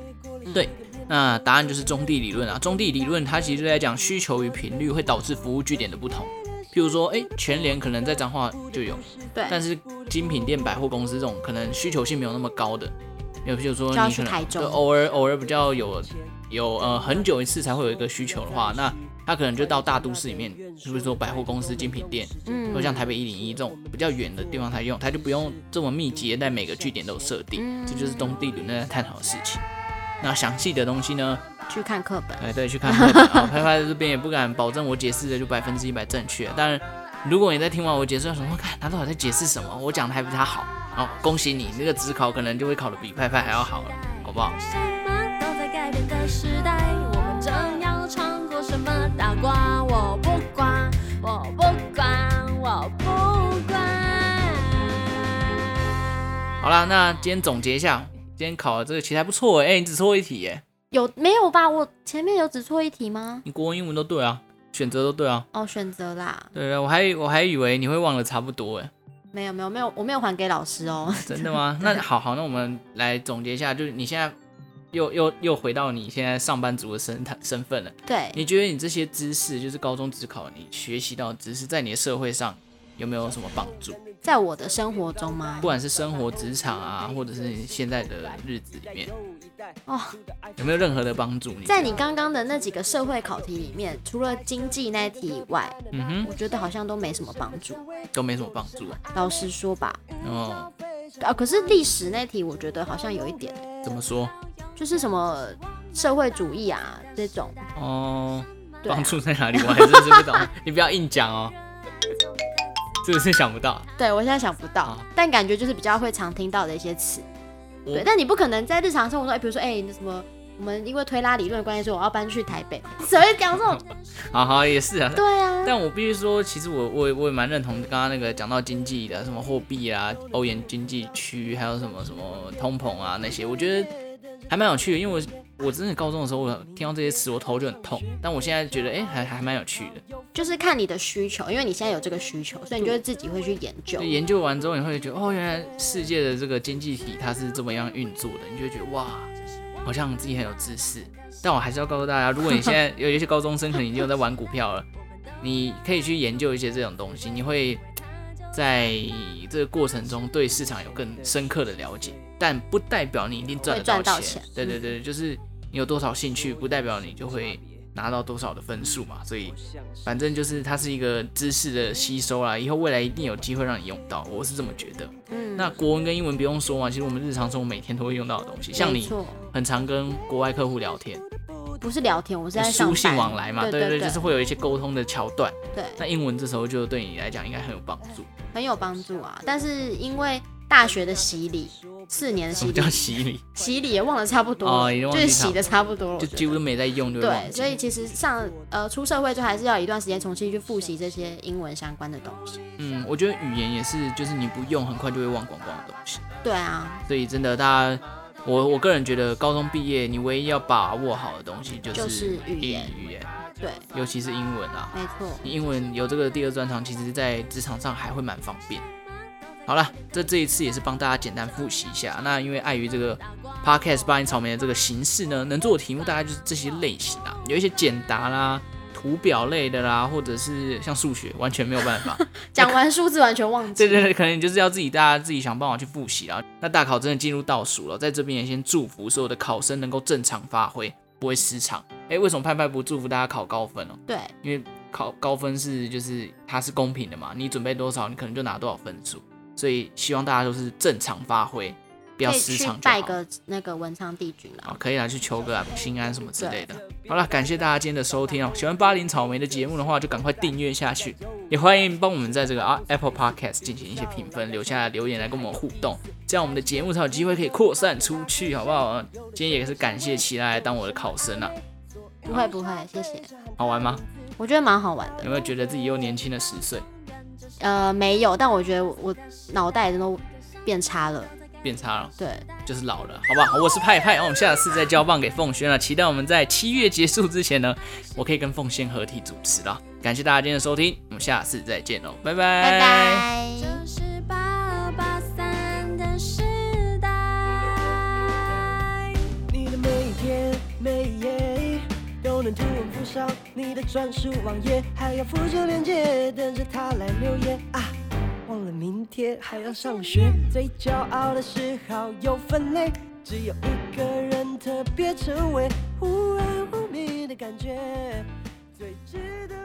对，那答案就是中地理论啊。中地理论它其实就在讲需求与频率会导致服务据点的不同。譬如说，哎、全联可能在彰化就有，对，但是精品店、百货公司这种可能需求性没有那么高的，有譬如说就要你去可能台中就偶尔偶尔比较有有呃很久一次才会有一个需求的话，那他可能就到大都市里面，是不是说百货公司、精品店，嗯或像台北一零一这种比较远的地方才用，他就不用这么密集的在每个据点都有设定，嗯这就是东地理论在探讨的事情。那详细的东西呢？去看课本。哎，对，去看拍拍啊，拍拍这边也不敢保证我解释的就百分之一百正确，但如果你在听完我解释，想说看他到底在解释什么，我讲的还比他好，哦，恭喜你，那个只考可能就会考的比派派还要好了，好不好？什么都在改变的时代，我们正要尝过什么大瓜？我不管，我不管，我不管。好啦，那今天总结一下，今天考的这个其实还不错哎、欸，你只错一题耶、有没有吧？我前面有只错一题吗？你国文、英文都对啊，选择都对啊，哦，选择啦，对，啊我还我还以为你会忘了差不多哎、没有没有没有，我没有还给老师 哦。真的吗？那好好，那我们来总结一下，就是你现在又又又回到你现在上班族的身态身份了。对，你觉得你这些知识，就是高中只考你学习到的知识，在你的社会上有没有什么帮助？在我的生活中吗不？管是生活、职场啊，或者是你现在的日子里面，哦，有没有任何的帮助你？在你刚刚的那几个社会考题里面，除了经济那一题以外，嗯哼，我觉得好像都没什么帮助。都没什么帮助啊。老实说吧，哦，啊，可是历史那题我觉得好像有一点，怎么说？就是什么社会主义啊这种，哦，对啊、帮助在哪里？我还真是不懂。你不要硬讲哦，这个是想不到。对我现在想不到啊，但感觉就是比较会常听到的一些词。我对，但你不可能在日常生活中，哎，比如说，哎，那什么，我们因为推拉理论的关系，所以我要搬去台北， 谁会讲这种？好好，也是啊。对啊，但我必须说，其实我我也我也蛮认同刚刚那个讲到经济的，什么货币啊、欧元经济区，还有什么什么通膨啊那些，我觉得还蛮有趣的。因为我我真的高中的时候，我听到这些词，我头就很痛。但我现在觉得，哎、还还蛮有趣的。就是看你的需求，因为你现在有这个需求，所以你就会自己会去研究就。研究完之后，你会觉得，哦，原来世界的这个经济体它是怎么样运作的，你就会觉得哇，好像自己很有知识。但我还是要告诉大家，如果你现 在有有一些高中生可能已经有在玩股票了，你可以去研究一些这种东西，你会在这个过程中对市场有更深刻的了解。但不代表你一定赚得会赚到钱钱。对对对，就是你有多少兴趣，不代表你就会拿到多少的分数嘛。所以反正就是它是一个知识的吸收啦，以后未来一定有机会让你用到，我是这么觉得。嗯，那国文跟英文不用说嘛，其实我们日常生活每天都会用到的东西，像没你错，很常跟国外客户聊天，不是聊天，我是在上书班信往来嘛，对对对，就是会有一些沟通的桥段。对那英文这时候就对你来讲应该很有帮助。很有帮助啊。但是因为大学的洗礼，四年的什洗么礼叫，洗礼？洗礼也忘得差不多了，哦已经就忘记是差不洗的差不多了。就我觉得几乎都没在用，就会忘对，记所。以其实上呃出社会就还是要有一段时间重新去复习这些英文相关的东西。嗯，我觉得语言也是，就是你不用，很快就会忘光光的东西。对啊，所以真的，大家，我我个人觉得，高中毕业你唯一要把握好的东西就是就是语言语言，对，尤其是英文啊。没错。你英文有这个第二专长，其实在职场上还会蛮方便。好了，这这一次也是帮大家简单复习一下。那因为碍于这个 podcast 八音草莓的这个形式呢，能做的题目大概就是这些类型啊，有一些简答啦、图表类的啦，或者是像数学，完全没有办法。讲完数字完全忘记。对对对，可能你就是要自己大家自己想办法去复习啦。那大考真的进入倒数了，在这边也先祝福所有的考生能够正常发挥，不会失常。哎，为什么派派不祝福大家考高分哦？对因为考高分是就是它是公平的嘛，你准备多少，你可能就拿多少分数。所以希望大家都是正常发挥，不要可以失去常就拜好。个那个文昌帝君了。啊，可以拿去求个啊心安什么之类的。好了，感谢大家今天的收听哦。喜欢巴林草莓的节目的话，就赶快订阅下去，也欢迎帮我们在这个啊 Apple Podcast 进行一些评分，留下留言来跟我们互动，这样我们的节目才有机会可以扩散出去，好不好？嗯今天也是感谢齐拉来当我的考生啊，不会不会，谢谢。好玩吗？我觉得蛮好玩的。有没有觉得自己又年轻了十岁，呃，没有，但我觉得我我脑袋真的变差了。变差了？对，就是老了，好不好？我是派哦派，那我们下次再交棒给凤轩了。期待我们在七月结束之前呢，我可以跟凤仙合体主持了。感谢大家今天的收听，我们下次再见喽，拜拜，拜拜拜。这是八二八三的时代。你的每一天每一夜都能突然附上你的专属网页，还要复旧链接，等着他来留言啊！忘了明天还要上学，最骄傲的时候有分类，只有一个人特别成为忽暗忽明的感觉，最值得。